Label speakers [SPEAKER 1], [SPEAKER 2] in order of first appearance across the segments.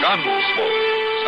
[SPEAKER 1] Gunsmoke,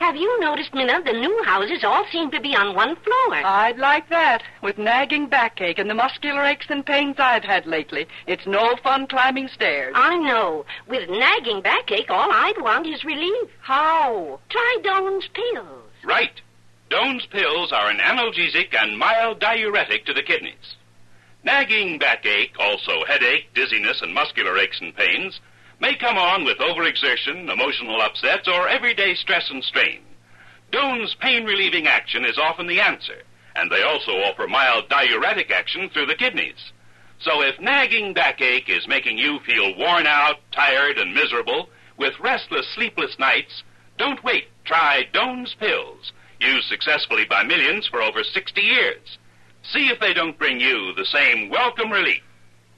[SPEAKER 2] Have you noticed, Minna, the new houses all seem to be on one floor?
[SPEAKER 3] I'd like that. With nagging backache and the muscular aches and pains I've had lately, it's no fun climbing stairs.
[SPEAKER 2] I know. With nagging backache, all I'd want is relief.
[SPEAKER 3] How?
[SPEAKER 2] Try Doan's pills.
[SPEAKER 4] Right. Doan's pills are an analgesic and mild diuretic to the kidneys. Nagging backache, also headache, dizziness, and muscular aches and pains, may come on with overexertion, emotional upsets, or everyday stress and strain. Doan's pain relieving action is often the answer, and they also offer mild diuretic action through the kidneys. So if nagging backache is making you feel worn out, tired, and miserable, with restless, sleepless nights, don't wait. Try Doan's pills, used successfully by millions for over 60 years. See if they don't bring you the same welcome relief.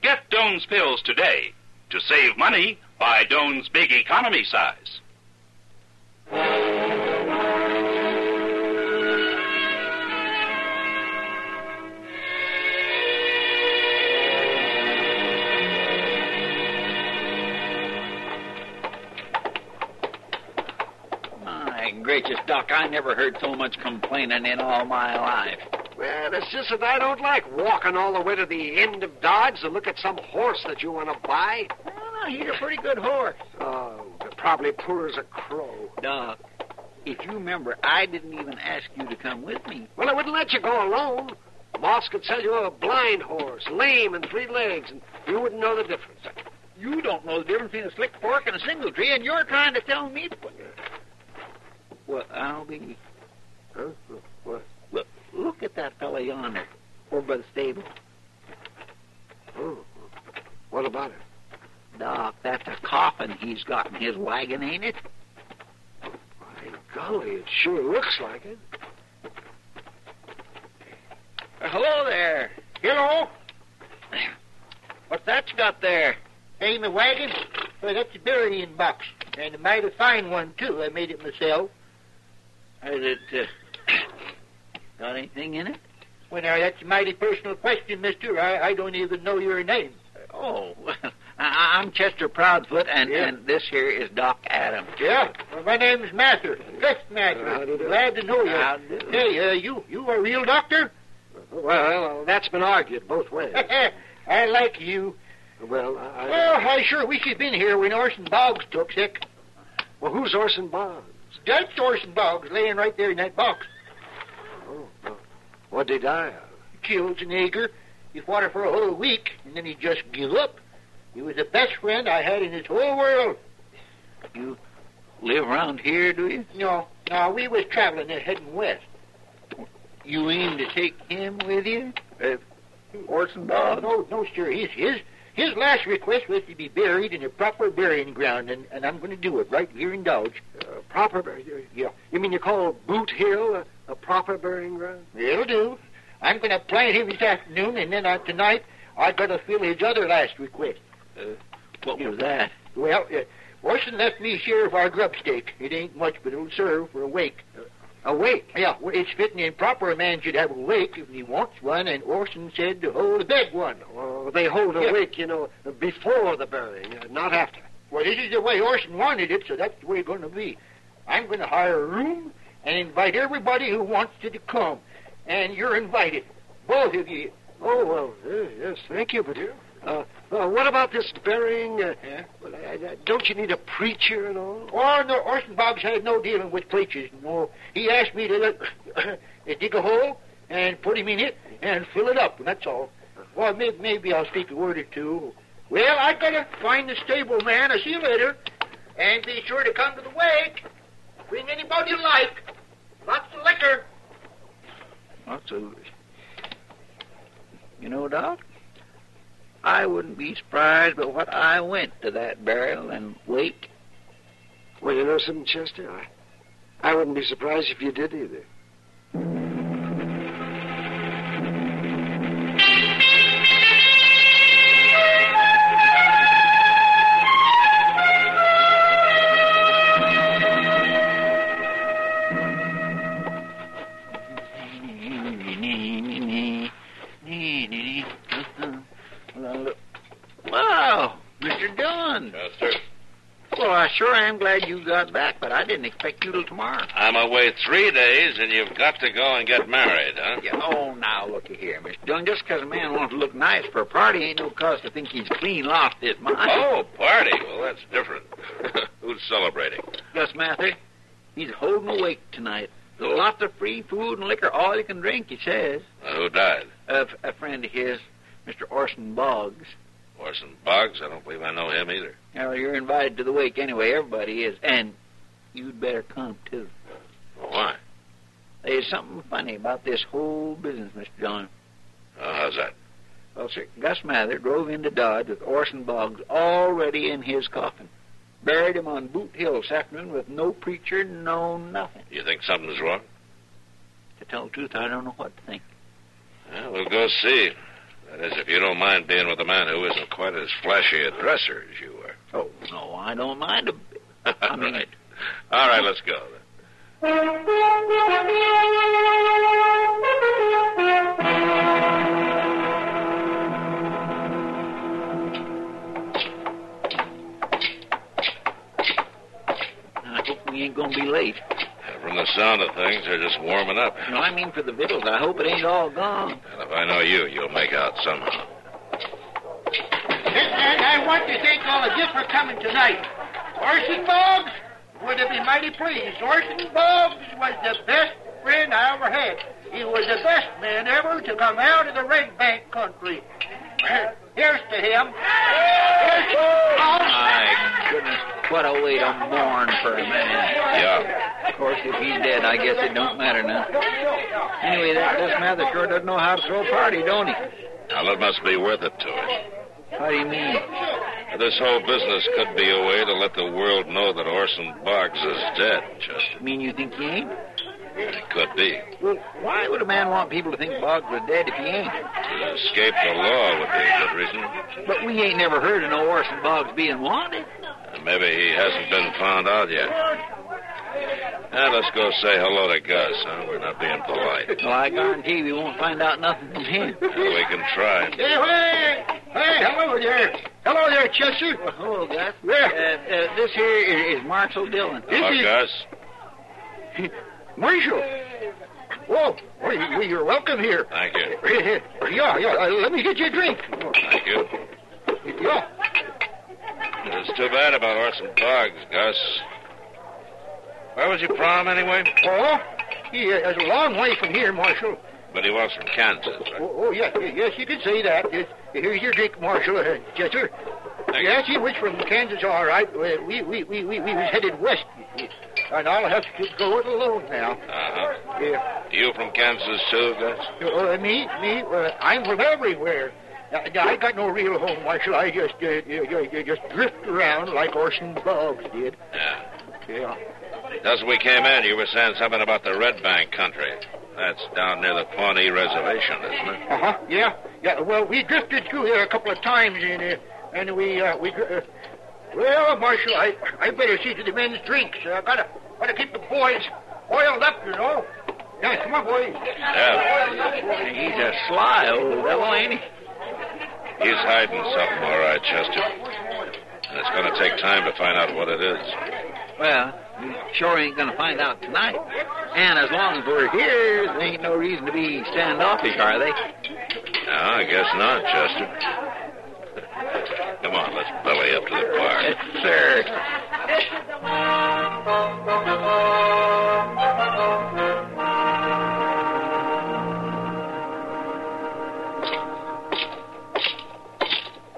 [SPEAKER 4] Get Doan's pills today to save money by Doan's big economy size.
[SPEAKER 5] My gracious, Doc, I never heard so much complaining in all my life.
[SPEAKER 6] Well, it's just that I don't like walking all the way to the end of Dodge to look at some horse that you want to buy.
[SPEAKER 5] Well, he's a pretty good horse.
[SPEAKER 6] Oh, they're probably poor as a crow.
[SPEAKER 5] Doc, if you remember, I didn't even ask you to come with me.
[SPEAKER 6] Well, I wouldn't let you go alone. Moss could sell you a blind horse, lame and three legs, and you wouldn't know the difference.
[SPEAKER 5] You don't know the difference between a slick fork and a single tree, and you're trying to tell me. Well, I'll be.
[SPEAKER 6] Huh? What?
[SPEAKER 5] Look, look at that fellow yonder, over by the stable.
[SPEAKER 6] Oh. What about it?
[SPEAKER 5] Doc, that's a coffin he's got in his wagon, ain't it?
[SPEAKER 6] My golly, it sure looks like it.
[SPEAKER 5] Uh, hello there.
[SPEAKER 7] Hello?
[SPEAKER 5] What's that you got there?
[SPEAKER 7] Hey, my wagon? Well, that's a burying box. And a mighty fine one, too. I made it myself.
[SPEAKER 5] Has it uh, got anything in it?
[SPEAKER 7] Well, now, that's a mighty personal question, mister. I, I don't even know your name.
[SPEAKER 5] Oh, well, I- I'm Chester Proudfoot, and,
[SPEAKER 7] Yeah.
[SPEAKER 5] and this here is Doc Adams.
[SPEAKER 7] Yeah? Well, my name's Mather. Gus
[SPEAKER 6] How do you
[SPEAKER 7] Mather.
[SPEAKER 6] do?
[SPEAKER 7] Glad to know you.
[SPEAKER 5] How do.
[SPEAKER 7] Hey, uh, you, you a real doctor?
[SPEAKER 6] Well, that's been argued both ways.
[SPEAKER 7] I like you.
[SPEAKER 6] well, I.
[SPEAKER 7] Well, I sure wish you'd been here when Orson Boggs took sick.
[SPEAKER 6] Well, who's Orson Bond?
[SPEAKER 7] That's Orson Boggs laying right there in that box.
[SPEAKER 6] Oh, well, what'd he die of?
[SPEAKER 7] killed an acre. He fought it for a whole week, and then he just give up. He was the best friend I had in this whole world.
[SPEAKER 5] Live around here, do you?
[SPEAKER 7] No, no, we was traveling and heading west.
[SPEAKER 5] You aim to take him with you? Uh, Orson Boggs?
[SPEAKER 7] No, no, sir, his his his last request was to be buried in a proper burying ground, and, and I'm going to do it right here in Dodge.
[SPEAKER 6] Uh, proper burying?
[SPEAKER 7] Yeah.
[SPEAKER 6] You mean you call Boot Hill a, a proper burying ground?
[SPEAKER 7] It'll do. I'm going to plant him this afternoon, and then uh, tonight I got to fill his other last request.
[SPEAKER 5] What was that?
[SPEAKER 7] Well, uh, Orson left me share of our grub stake. It ain't much, but it'll serve for a wake.
[SPEAKER 6] A wake.
[SPEAKER 7] Yeah, well, it's fitting and proper a man should have a wake if he wants one, and Orson said to hold a big one.
[SPEAKER 6] Well, they hold a
[SPEAKER 7] Yeah.
[SPEAKER 6] wake, you know, before the burying, uh, not after.
[SPEAKER 7] Well, this is the way Orson wanted it, so that's the way it's going to be. I'm going to hire a room and invite everybody who wants to to come, and you're invited, both of you.
[SPEAKER 6] Oh, well, yeah, yes, thank you, but uh, Uh, what about this burying? Uh,
[SPEAKER 7] Yeah.
[SPEAKER 6] well, I, I, don't you need a preacher and all?
[SPEAKER 7] Oh, no, Orson Boggs had no dealing with preachers. No, he asked me to let, to dig a hole and put him in it and fill it up. and That's all. Well, maybe, maybe I'll speak a word or two. Well, I gotta find the stable man. I'll see you later, and be sure to come to the wake. Bring anybody you like. Lots of liquor.
[SPEAKER 5] Lots of it. You know, Doc, I wouldn't be surprised but what I went to that burial and wake.
[SPEAKER 6] Well, you know something, Chester? I, I wouldn't be surprised if you did either.
[SPEAKER 5] Wow, Mr. Dillon.
[SPEAKER 8] Yes, sir.
[SPEAKER 5] Well, I sure am glad you got back, but I didn't expect you till tomorrow.
[SPEAKER 8] I'm away three days, and you've got to go and get married, huh?
[SPEAKER 5] Yeah, oh, now looky here, Mr. Dillon. Just 'cause a man wants to look nice for a party ain't no cause to think he's clean lost his mind.
[SPEAKER 8] Oh, party. Well, that's different. Who's celebrating?
[SPEAKER 5] Gus Mather, he's holding a wake tonight. Lots of free food and liquor, all you can drink, he says.
[SPEAKER 8] Uh, who died?
[SPEAKER 5] A, f- a friend of his, Mr. Orson Boggs.
[SPEAKER 8] Orson Boggs? I don't believe I know him either.
[SPEAKER 5] Now, you're invited to the wake anyway. Everybody is. And you'd better come, too.
[SPEAKER 8] Why?
[SPEAKER 5] There's something funny about this whole business, Mr. Dillon.
[SPEAKER 8] Oh, how's that?
[SPEAKER 5] Well, sir, Gus Mather drove into Dodge with Orson Boggs already in his coffin. Buried him on Boot Hill this afternoon with no preacher, no nothing.
[SPEAKER 8] You think something's wrong?
[SPEAKER 5] To tell the truth, I don't know what to think.
[SPEAKER 8] Well, we'll go see. That is, if you don't mind being with a man who isn't quite as flashy a dresser as you were.
[SPEAKER 5] Oh, no, I don't mind. A... I mean-
[SPEAKER 8] right. All right, let's go. Then.
[SPEAKER 5] I hope we ain't going to be late.
[SPEAKER 8] And Uh, From the sound of things, they're just warming up.
[SPEAKER 5] No, I mean for the victuals. I hope it ain't all gone.
[SPEAKER 8] And if I know you, you'll make out somehow.
[SPEAKER 7] And, and I want to thank all of you for coming tonight. Orson Boggs would have been mighty pleased. Orson Boggs was the best friend I ever had. He was the best man ever to come out of the Red Bank country. Here's to him. Here's to Boggs.
[SPEAKER 5] My goodness, what a way to mourn for a man.
[SPEAKER 8] Yeah.
[SPEAKER 5] Of course, if he's dead, I guess it don't matter now. Anyway, that Gus Mather sure doesn't know how to throw a party, don't he?
[SPEAKER 8] Now, that must be worth it to him.
[SPEAKER 5] How do you mean?
[SPEAKER 8] This whole business could be a way to let the world know that Orson Boggs is dead, Chester.
[SPEAKER 5] Mean you think he ain't?
[SPEAKER 8] It could be.
[SPEAKER 5] Well, why would a man want people to think Boggs was dead if he ain't?
[SPEAKER 8] To escape the law would be a good reason.
[SPEAKER 5] But we ain't never heard of no Orson Boggs being wanted.
[SPEAKER 8] And maybe he hasn't been found out yet. Now, let's go say hello to Gus, huh? We're not being polite.
[SPEAKER 5] Well, I guarantee we won't find out nothing from him.
[SPEAKER 8] Well, we can try.
[SPEAKER 7] Hey, hey, hey, hello there. Hello there, Chester.
[SPEAKER 5] Hello, Gus. Oh,
[SPEAKER 7] Yeah.
[SPEAKER 5] Uh, uh, this here is, is Marshall Dillon.
[SPEAKER 8] Hello, Oh, Gus.
[SPEAKER 7] Marshall. Whoa, well, you- well, you're welcome here.
[SPEAKER 8] Thank you.
[SPEAKER 7] Yeah, yeah, uh, let me get you a drink.
[SPEAKER 8] Thank you.
[SPEAKER 7] Yeah.
[SPEAKER 8] It's too bad about Orson Boggs, Gus. Where was your prom, anyway?
[SPEAKER 7] Oh, he uh, is a long way from here, Marshal.
[SPEAKER 8] But he was from Kansas, right?
[SPEAKER 7] Oh, oh yes, yes, you can say that. Yes, here's your drink, Marshal, uh, Chester.
[SPEAKER 8] Thank you.
[SPEAKER 7] yes, he was from Kansas, all right. Uh, We, we, we, we, we was headed west, and I'll have to go it alone now.
[SPEAKER 8] Uh-huh.
[SPEAKER 7] Uh,
[SPEAKER 8] You from Kansas, too, Gus?
[SPEAKER 7] uh, me, me, uh, I'm from everywhere. Uh, I got no real home, Marshal. I just, uh, you, you- you just drift around like Orson Boggs did.
[SPEAKER 8] Yeah.
[SPEAKER 7] Yeah.
[SPEAKER 8] Just as we came in, you were saying something about the Red Bank country. That's down near the Pawnee Reservation, isn't it?
[SPEAKER 7] Uh huh. Yeah. Yeah. Well, we drifted through here a couple of times, and uh, and we uh, we. Uh, well, Marshal, I I better see to the men's drinks. I gotta gotta keep the boys oiled up, you know. Yeah, come on, boys.
[SPEAKER 8] Yeah.
[SPEAKER 5] He's a sly old devil, ain't he?
[SPEAKER 8] He's hiding something, all right, Chester. And it's going to take time to find out what it is.
[SPEAKER 5] Well, we sure ain't gonna find out tonight. And as long as we're here, there ain't no reason to be standoffish, are they?
[SPEAKER 8] No, I guess not, Chester. Come on, let's belly up to the bar.
[SPEAKER 5] Yes, sir.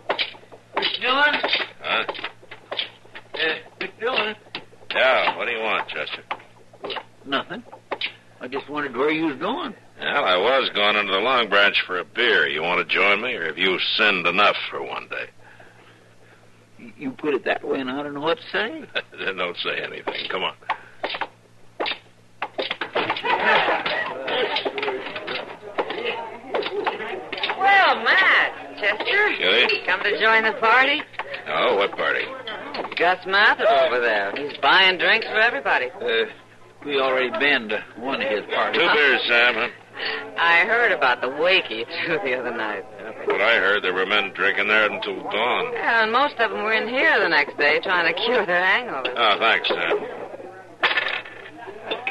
[SPEAKER 7] McMillan?
[SPEAKER 8] Huh?
[SPEAKER 7] Uh, McMillan?
[SPEAKER 8] Yeah, what do you want, Chester?
[SPEAKER 7] Nothing. I just wondered where you was going.
[SPEAKER 8] Well, I was going into the Long Branch for a beer. You want to join me, or have you sinned enough for one day?
[SPEAKER 7] You- You put it that way, and I don't know what to say.
[SPEAKER 8] then don't say anything. Come on.
[SPEAKER 9] Well, Matt, Chester.
[SPEAKER 8] Kitty?
[SPEAKER 9] Come to join the party?
[SPEAKER 8] Oh, what party?
[SPEAKER 9] Gus Mathis over there. He's buying drinks for everybody.
[SPEAKER 5] Uh, we already been to one of his parties.
[SPEAKER 8] Two beers, Sam, huh?
[SPEAKER 9] I heard about the wakey, too, the other night.
[SPEAKER 8] What I heard, there were men drinking there until dawn.
[SPEAKER 9] Yeah, and most of them were in here the next day trying to cure their hangovers.
[SPEAKER 8] Oh, thanks, Sam.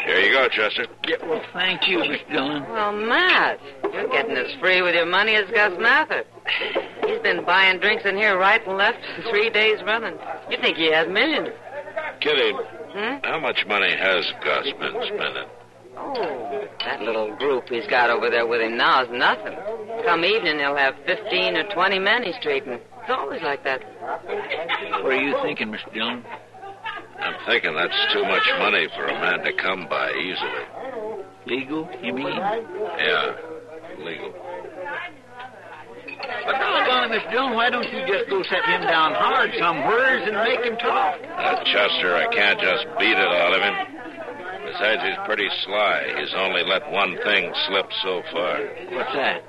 [SPEAKER 8] Here you go, Chester.
[SPEAKER 5] Yeah, well, thank you, Miss Dillon.
[SPEAKER 9] Well, Matt, you're getting as free with your money as Gus Mathis. He's been buying drinks in here right and left for three days running. You think he has millions?
[SPEAKER 8] Kitty,
[SPEAKER 9] Hmm?
[SPEAKER 8] how much money has Gus been spending?
[SPEAKER 9] Oh, that little group he's got over there with him now is nothing. Come evening, he'll have 15 or 20 men he's treating. It's always like that.
[SPEAKER 5] What are you thinking, Miss Dillon?
[SPEAKER 8] I'm thinking that's too much money for a man to come by easily.
[SPEAKER 5] Legal, you mean?
[SPEAKER 8] Yeah, legal.
[SPEAKER 5] But doggone it, Miss Dillon, why don't you just go set him down hard somewheres and make him talk?
[SPEAKER 8] Now, Uh, Chester, I can't just beat it out of him. Besides, he's pretty sly. He's only let one thing slip so far.
[SPEAKER 5] What's that?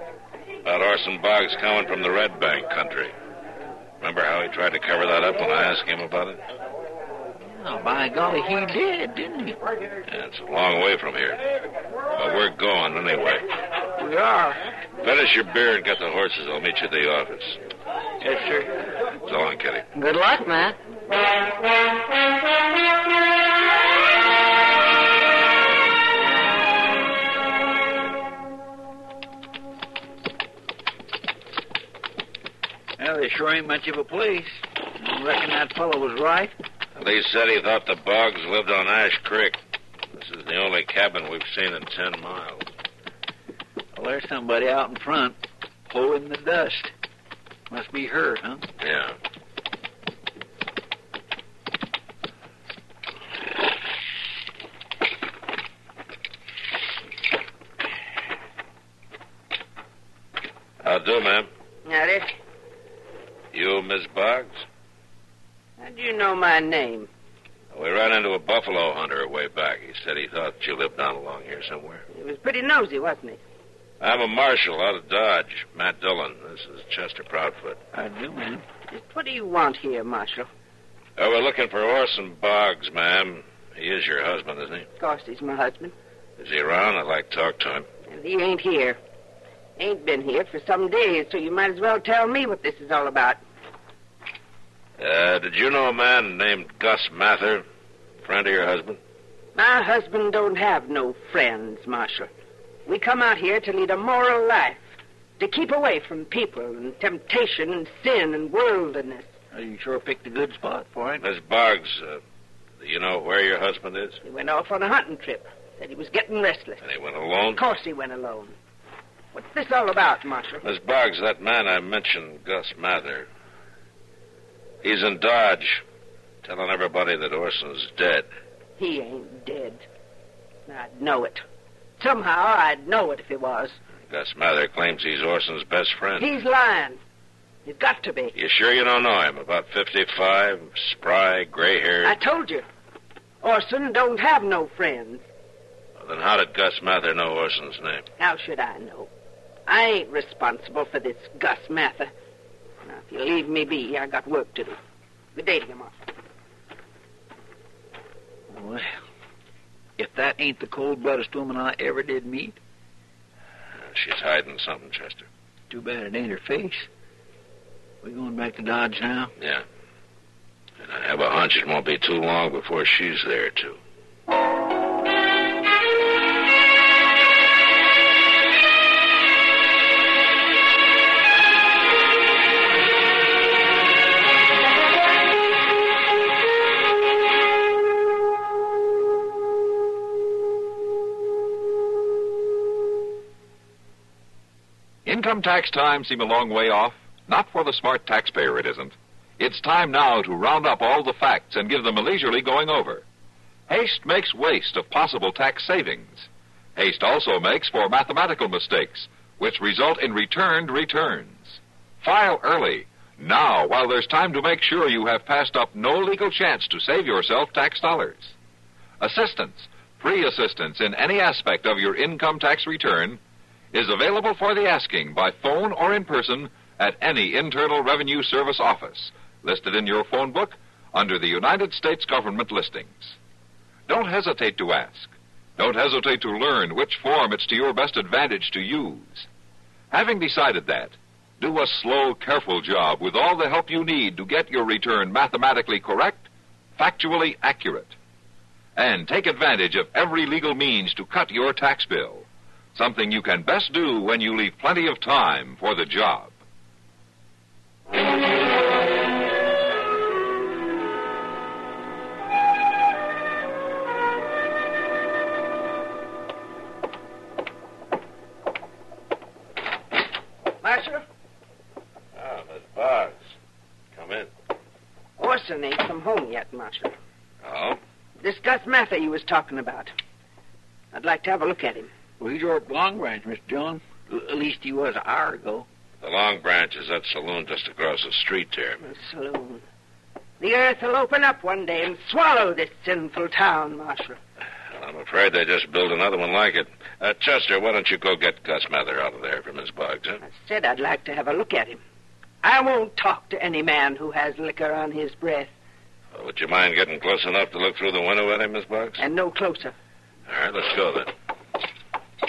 [SPEAKER 8] About Orson Boggs coming from the Red Bank country. Remember how he tried to cover that up when I asked him about it?
[SPEAKER 5] Oh, by golly, he did, didn't he?
[SPEAKER 8] Yeah, it's a long way from here. But we're going anyway.
[SPEAKER 5] We are.
[SPEAKER 8] Finish your beer and get the horses. I'll meet you at the office.
[SPEAKER 5] Yes, sir.
[SPEAKER 8] So long, Kitty.
[SPEAKER 9] Good luck, Matt.
[SPEAKER 5] Well, they sure ain't much of a place. I reckon that fellow was right.
[SPEAKER 8] Lee said he thought the Boggs lived on Ash Creek. This is the only cabin we've seen in ten miles.
[SPEAKER 5] Well, there's somebody out in front, holding the dust. Must be her, huh?
[SPEAKER 8] Yeah. I'll do, ma'am.
[SPEAKER 9] Now, this,
[SPEAKER 8] You, Miss Boggs?
[SPEAKER 9] how do you know my name?
[SPEAKER 8] We ran into a buffalo hunter way back. He said he thought you lived down along here somewhere.
[SPEAKER 9] He was pretty nosy, wasn't he?
[SPEAKER 8] I'm a marshal out of Dodge, Matt Dillon. This is Chester Proudfoot.
[SPEAKER 5] I do, man.
[SPEAKER 9] Just what do you want here, Marshal?
[SPEAKER 8] Oh, we're looking for Orson Boggs, ma'am. He is your husband, isn't
[SPEAKER 9] Of course, he's my husband.
[SPEAKER 8] he? Is he around? I'd like to talk to him.
[SPEAKER 9] And he ain't here. Ain't been here for some days, so you might as well tell me what this is all about.
[SPEAKER 8] Uh, did you know a man named Gus Mather? Friend of your husband?
[SPEAKER 9] My husband don't have no friends, Marshal. We come out here to lead a moral life, to keep away from people and temptation and sin and worldliness.
[SPEAKER 5] Well, you sure picked a good spot for it.
[SPEAKER 8] Miss Boggs, uh, do you know where your husband is?
[SPEAKER 9] He went off on a hunting trip. Said he was getting restless.
[SPEAKER 8] And he went alone?
[SPEAKER 9] Of course he went alone. What's this all about, Marshal?
[SPEAKER 8] Miss Boggs, that man I mentioned, Gus Mather, he's in Dodge, telling everybody that Orson's dead.
[SPEAKER 9] He ain't dead. I'd know it. Somehow I'd know it if he was.
[SPEAKER 8] Gus Mather claims he's Orson's best friend.
[SPEAKER 9] He's lying. He's got to be.
[SPEAKER 8] You sure you don't know him? About 55, spry, gray haired.
[SPEAKER 9] I told you. Orson don't have no friends.
[SPEAKER 8] Then how did Gus Mather know Orson's name?
[SPEAKER 9] How should I know? I ain't responsible for this Gus Mather. Now, if you leave me be, I got work to do. Good day to you, Marshal.
[SPEAKER 5] Well, if that ain't the cold-bloodedest woman I ever did meet,
[SPEAKER 8] Uh, She's hiding something, Chester.
[SPEAKER 5] too bad it ain't her face. We going back to Dodge now?
[SPEAKER 8] Yeah. And I have a hunch it won't be too long before she's there, too.
[SPEAKER 1] Income tax time seem a long way off? Not for the smart taxpayer, it isn't. It's time now to round up all the facts and give them a leisurely going over. Haste makes waste of possible tax savings. Haste also makes for mathematical mistakes, which result in returned returns. File early, now, while there's time to make sure you have passed up no legal chance to save yourself tax dollars. Assistance, free assistance in any aspect of your income tax return, is available for the asking by phone or in person at any Internal Revenue Service office listed in your phone book under the United States government listings. Don't hesitate to ask. Don't hesitate to learn which form it's to your best advantage to use. Having decided that, do a slow, careful job with all the help you need to get your return mathematically correct, factually accurate. And take advantage of every legal means to cut your tax bill, something you can best do when you leave plenty of time for the job.
[SPEAKER 6] Marshal,
[SPEAKER 8] Ah, Miss Boggs. Come in.
[SPEAKER 6] Orson ain't come home yet, Marshal.
[SPEAKER 8] Oh?
[SPEAKER 6] This Gus Mather you was talking about. I'd like to have a look at him.
[SPEAKER 5] Well, he's over at Long Branch, Mr. Dillon. L- at least he was an hour ago.
[SPEAKER 8] The Long Branch is that saloon just across the street here.
[SPEAKER 6] The saloon. The earth will open up one day and swallow this sinful town, Marshal.
[SPEAKER 8] And I'm afraid they just built another one like it. Uh, Chester, why don't you go get Gus Mather out of there for Miss Boggs, huh?
[SPEAKER 6] I said I'd like to have a look at him. I won't talk to any man who has liquor on his breath,
[SPEAKER 8] Uh, Would you mind getting close enough to look through the window at him, Miss Boggs?
[SPEAKER 6] and no closer.
[SPEAKER 8] All right, let's go then.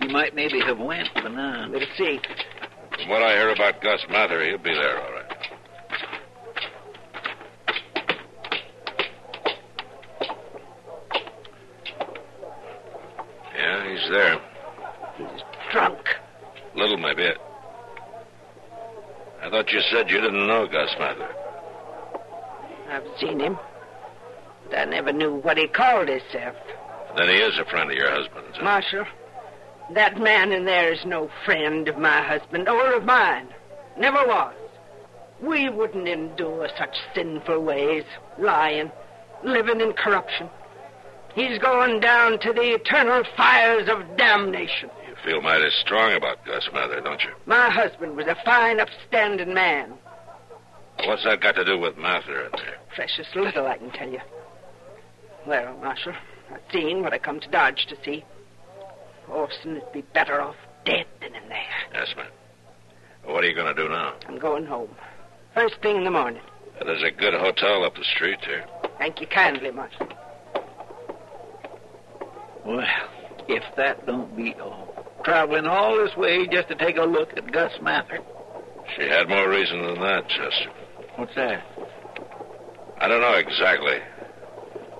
[SPEAKER 5] He might maybe have went, but now.
[SPEAKER 6] We'll see.
[SPEAKER 8] From what I hear about Gus Mather, he'll be there all right. Yeah, he's there.
[SPEAKER 6] Drunk.
[SPEAKER 8] Little, maybe. I thought you said you didn't know Gus Mather.
[SPEAKER 6] I've seen him. But I never knew what he called himself.
[SPEAKER 8] Then he is a friend of your husband's. huh?
[SPEAKER 6] Marshal, that man in there is no friend of my husband or of mine. Never was. We wouldn't endure such sinful ways, lying, living in corruption. He's going down to the eternal fires of damnation.
[SPEAKER 8] You feel mighty strong about Gus Mather, don't you?
[SPEAKER 6] My husband was a fine, upstanding man.
[SPEAKER 8] What's that got to do with Mather in there?
[SPEAKER 6] Precious little, I can tell you. Well, Marshal, I've seen what I come to Dodge to see. Orson would be better off dead than in there.
[SPEAKER 8] Yes, ma'am. What are you going to do now?
[SPEAKER 6] I'm going home. First thing in the morning.
[SPEAKER 8] There's a good hotel up the street here.
[SPEAKER 6] Thank you kindly, Marshal.
[SPEAKER 5] Well, if that don't beat all. Traveling all this way just to take a look at Gus Mather.
[SPEAKER 8] She had more reason than that, Chester.
[SPEAKER 5] What's that?
[SPEAKER 8] I don't know exactly.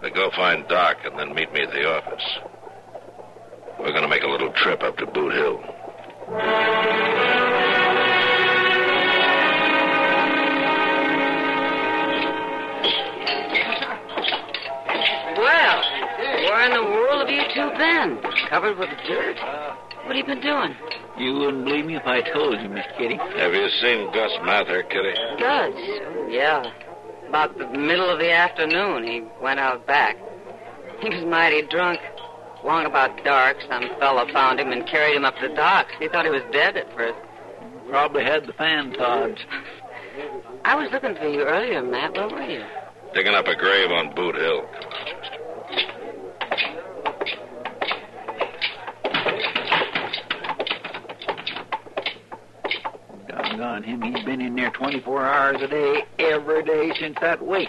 [SPEAKER 8] But go find Doc and then meet me at the office. We're going to make a little trip up to Boot Hill.
[SPEAKER 10] Well, where in the world have you two been? Covered with dirt? What have you been doing?
[SPEAKER 5] You wouldn't believe me if I told you, Miss Kitty.
[SPEAKER 8] Have you seen Gus Mather, Kitty?
[SPEAKER 10] Gus? Oh, yeah. About the middle of the afternoon, he went out back. He was mighty drunk. Long about dark, some fella found him and carried him up the docks. He thought he was dead at first.
[SPEAKER 5] Probably had the fan tods.
[SPEAKER 10] I was looking for you earlier, Matt. Where were you?
[SPEAKER 8] Digging up a grave on Boot Hill. Come on, Chester.
[SPEAKER 5] Doggone him, he's been in there 24 hours a day, every day since that week.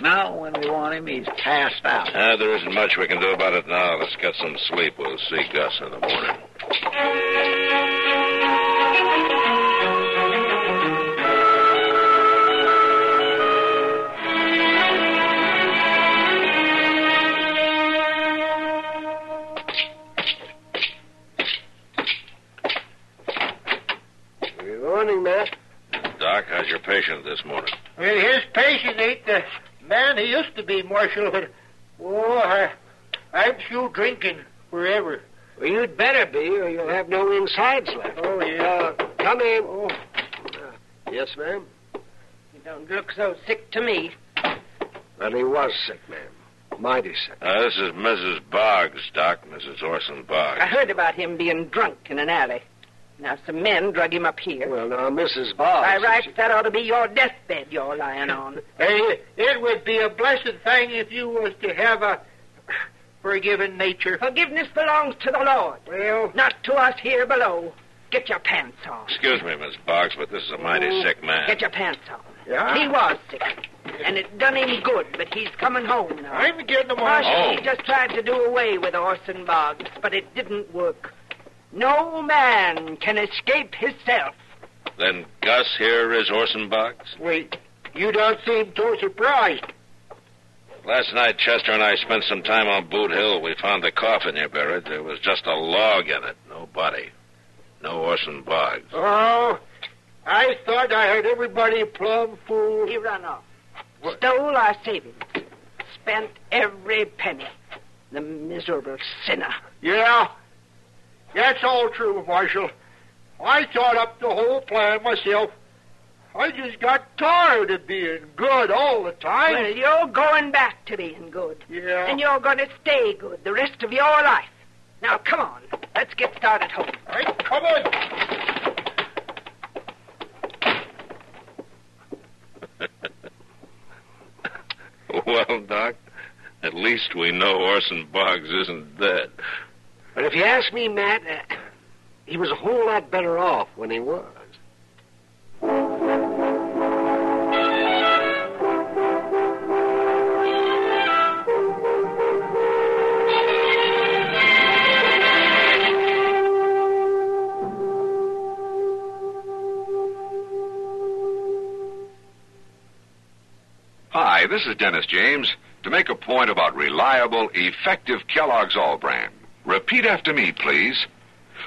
[SPEAKER 5] Now, when we want him, he's passed out.
[SPEAKER 8] Uh, there isn't much we can do about it now. Let's get some sleep. We'll see Gus in the morning.
[SPEAKER 11] Good morning, Matt.
[SPEAKER 8] Doc, how's your patient this morning?
[SPEAKER 7] Well, his patient ain't the man he used to be, Marshal, when, Oh, I, I'm still drinking forever.
[SPEAKER 6] Well, you'd better be, or you'll have no insides left.
[SPEAKER 7] Oh, yeah.
[SPEAKER 6] Uh, come in. Yes, ma'am?
[SPEAKER 9] You don't look so sick to me.
[SPEAKER 6] Well, he was sick, ma'am. Mighty sick.
[SPEAKER 8] Uh, this is Mrs. Boggs, Doc. Mrs. Orson Boggs.
[SPEAKER 9] I
[SPEAKER 7] Uh-huh.
[SPEAKER 9] heard about him being drunk in an alley. Now some men drug him up here.
[SPEAKER 6] Well, now, Mrs. Boggs.
[SPEAKER 9] By rights, that ought to be your deathbed you're lying on.
[SPEAKER 7] Hey, it would be a blessed thing if you was to have a forgiven nature.
[SPEAKER 9] Forgiveness belongs to the Lord,
[SPEAKER 7] Well,
[SPEAKER 9] not to us here below. Get your pants on.
[SPEAKER 8] Excuse me, Miss Boggs, but this is a mighty
[SPEAKER 7] Mm.
[SPEAKER 8] sick man.
[SPEAKER 9] Get your pants on.
[SPEAKER 7] yeah.
[SPEAKER 9] He was sick, and it done him good, but he's coming home now.
[SPEAKER 7] I'm getting them
[SPEAKER 9] Marshal,
[SPEAKER 7] all.
[SPEAKER 9] he just tried to do away with Orson Boggs, but it didn't work. No man can escape himself.
[SPEAKER 8] Then Gus here is Orson Boggs?
[SPEAKER 7] Wait, you don't seem so surprised.
[SPEAKER 8] Last night, Chester and I spent some time on Boot Hill. We found the coffin here buried. There was just a log in it. No body. No Orson Boggs.
[SPEAKER 7] Oh, I thought I heard everybody plumb fool.
[SPEAKER 9] He run off.
[SPEAKER 7] What?
[SPEAKER 9] Stole our savings. Spent every penny. The miserable sinner.
[SPEAKER 7] Yeah, that's all true, Marshal. I thought up the whole plan myself. I just got tired of being good all the time.
[SPEAKER 9] Well, you're going back to being good.
[SPEAKER 7] yeah.
[SPEAKER 9] And you're going to stay good the rest of your life. Now, come on. Let's get started home.
[SPEAKER 7] All right, come on.
[SPEAKER 8] Well, Doc, at least we know Orson Boggs isn't dead.
[SPEAKER 6] But if you ask me, Matt, uh, he was a whole lot better off when he was.
[SPEAKER 1] Hi, this is Dennis James to make a point about reliable, effective Kellogg's All Brand. Repeat after me, please.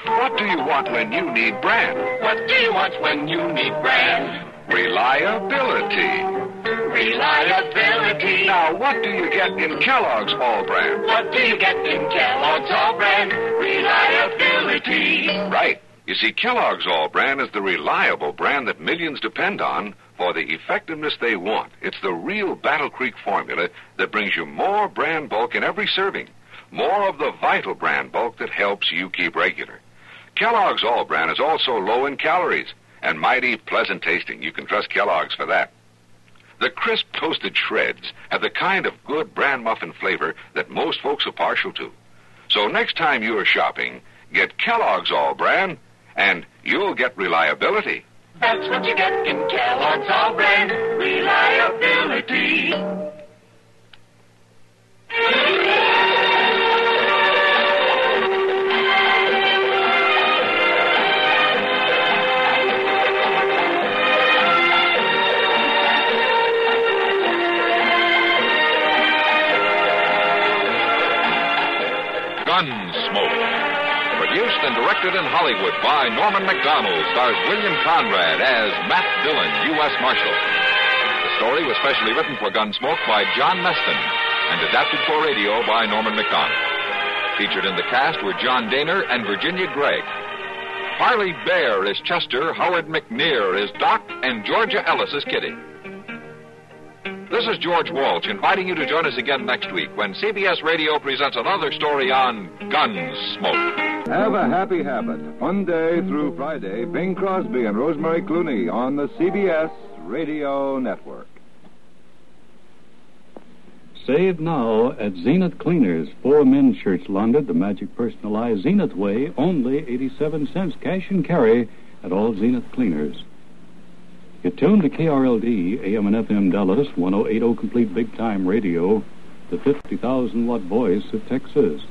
[SPEAKER 1] What do you want when you need brand? What do you want when you need brand? Reliability. Reliability. Now, what do you get in Kellogg's All Brand? What do you get in Kellogg's All Brand? Reliability. Right. You see, Kellogg's All Brand is the reliable brand that millions depend on for the effectiveness they want. It's the real Battle Creek formula that brings you more brand bulk in every serving, more of the vital brand bulk that helps you keep regular. Kellogg's All Brand is also low in calories and mighty pleasant tasting. You can trust Kellogg's for that. The crisp toasted shreds have the kind of good bran muffin flavor that most folks are partial to. So next time you are shopping, get Kellogg's All Brand and you'll get reliability. That's what you get in Kellogg's All Brand reliability. Gunsmoke. Produced and directed in Hollywood by Norman McDonald, stars William Conrad as Matt Dillon, U.S. Marshal. The story was specially written for Gunsmoke by John Meston and adapted for radio by Norman McDonald. Featured in the cast were John Daner and Virginia Gregg. Harley Bear is Chester, Howard McNear is Doc, and Georgia Ellis is Kitty. This is George Walsh inviting you to join us again next week when CBS Radio presents another story on Gunsmoke.
[SPEAKER 12] Have a happy habit. Monday through Friday, Bing Crosby and Rosemary Clooney on the CBS Radio Network.
[SPEAKER 13] Save now at Zenith Cleaners, 4 Men Church, London, the magic personalized Zenith way, only 87 cents cash and carry at all Zenith Cleaners. You tune to KRLD, AM and FM Dallas, 1080 Complete Big Time Radio, the 50,000 watt voice of Texas.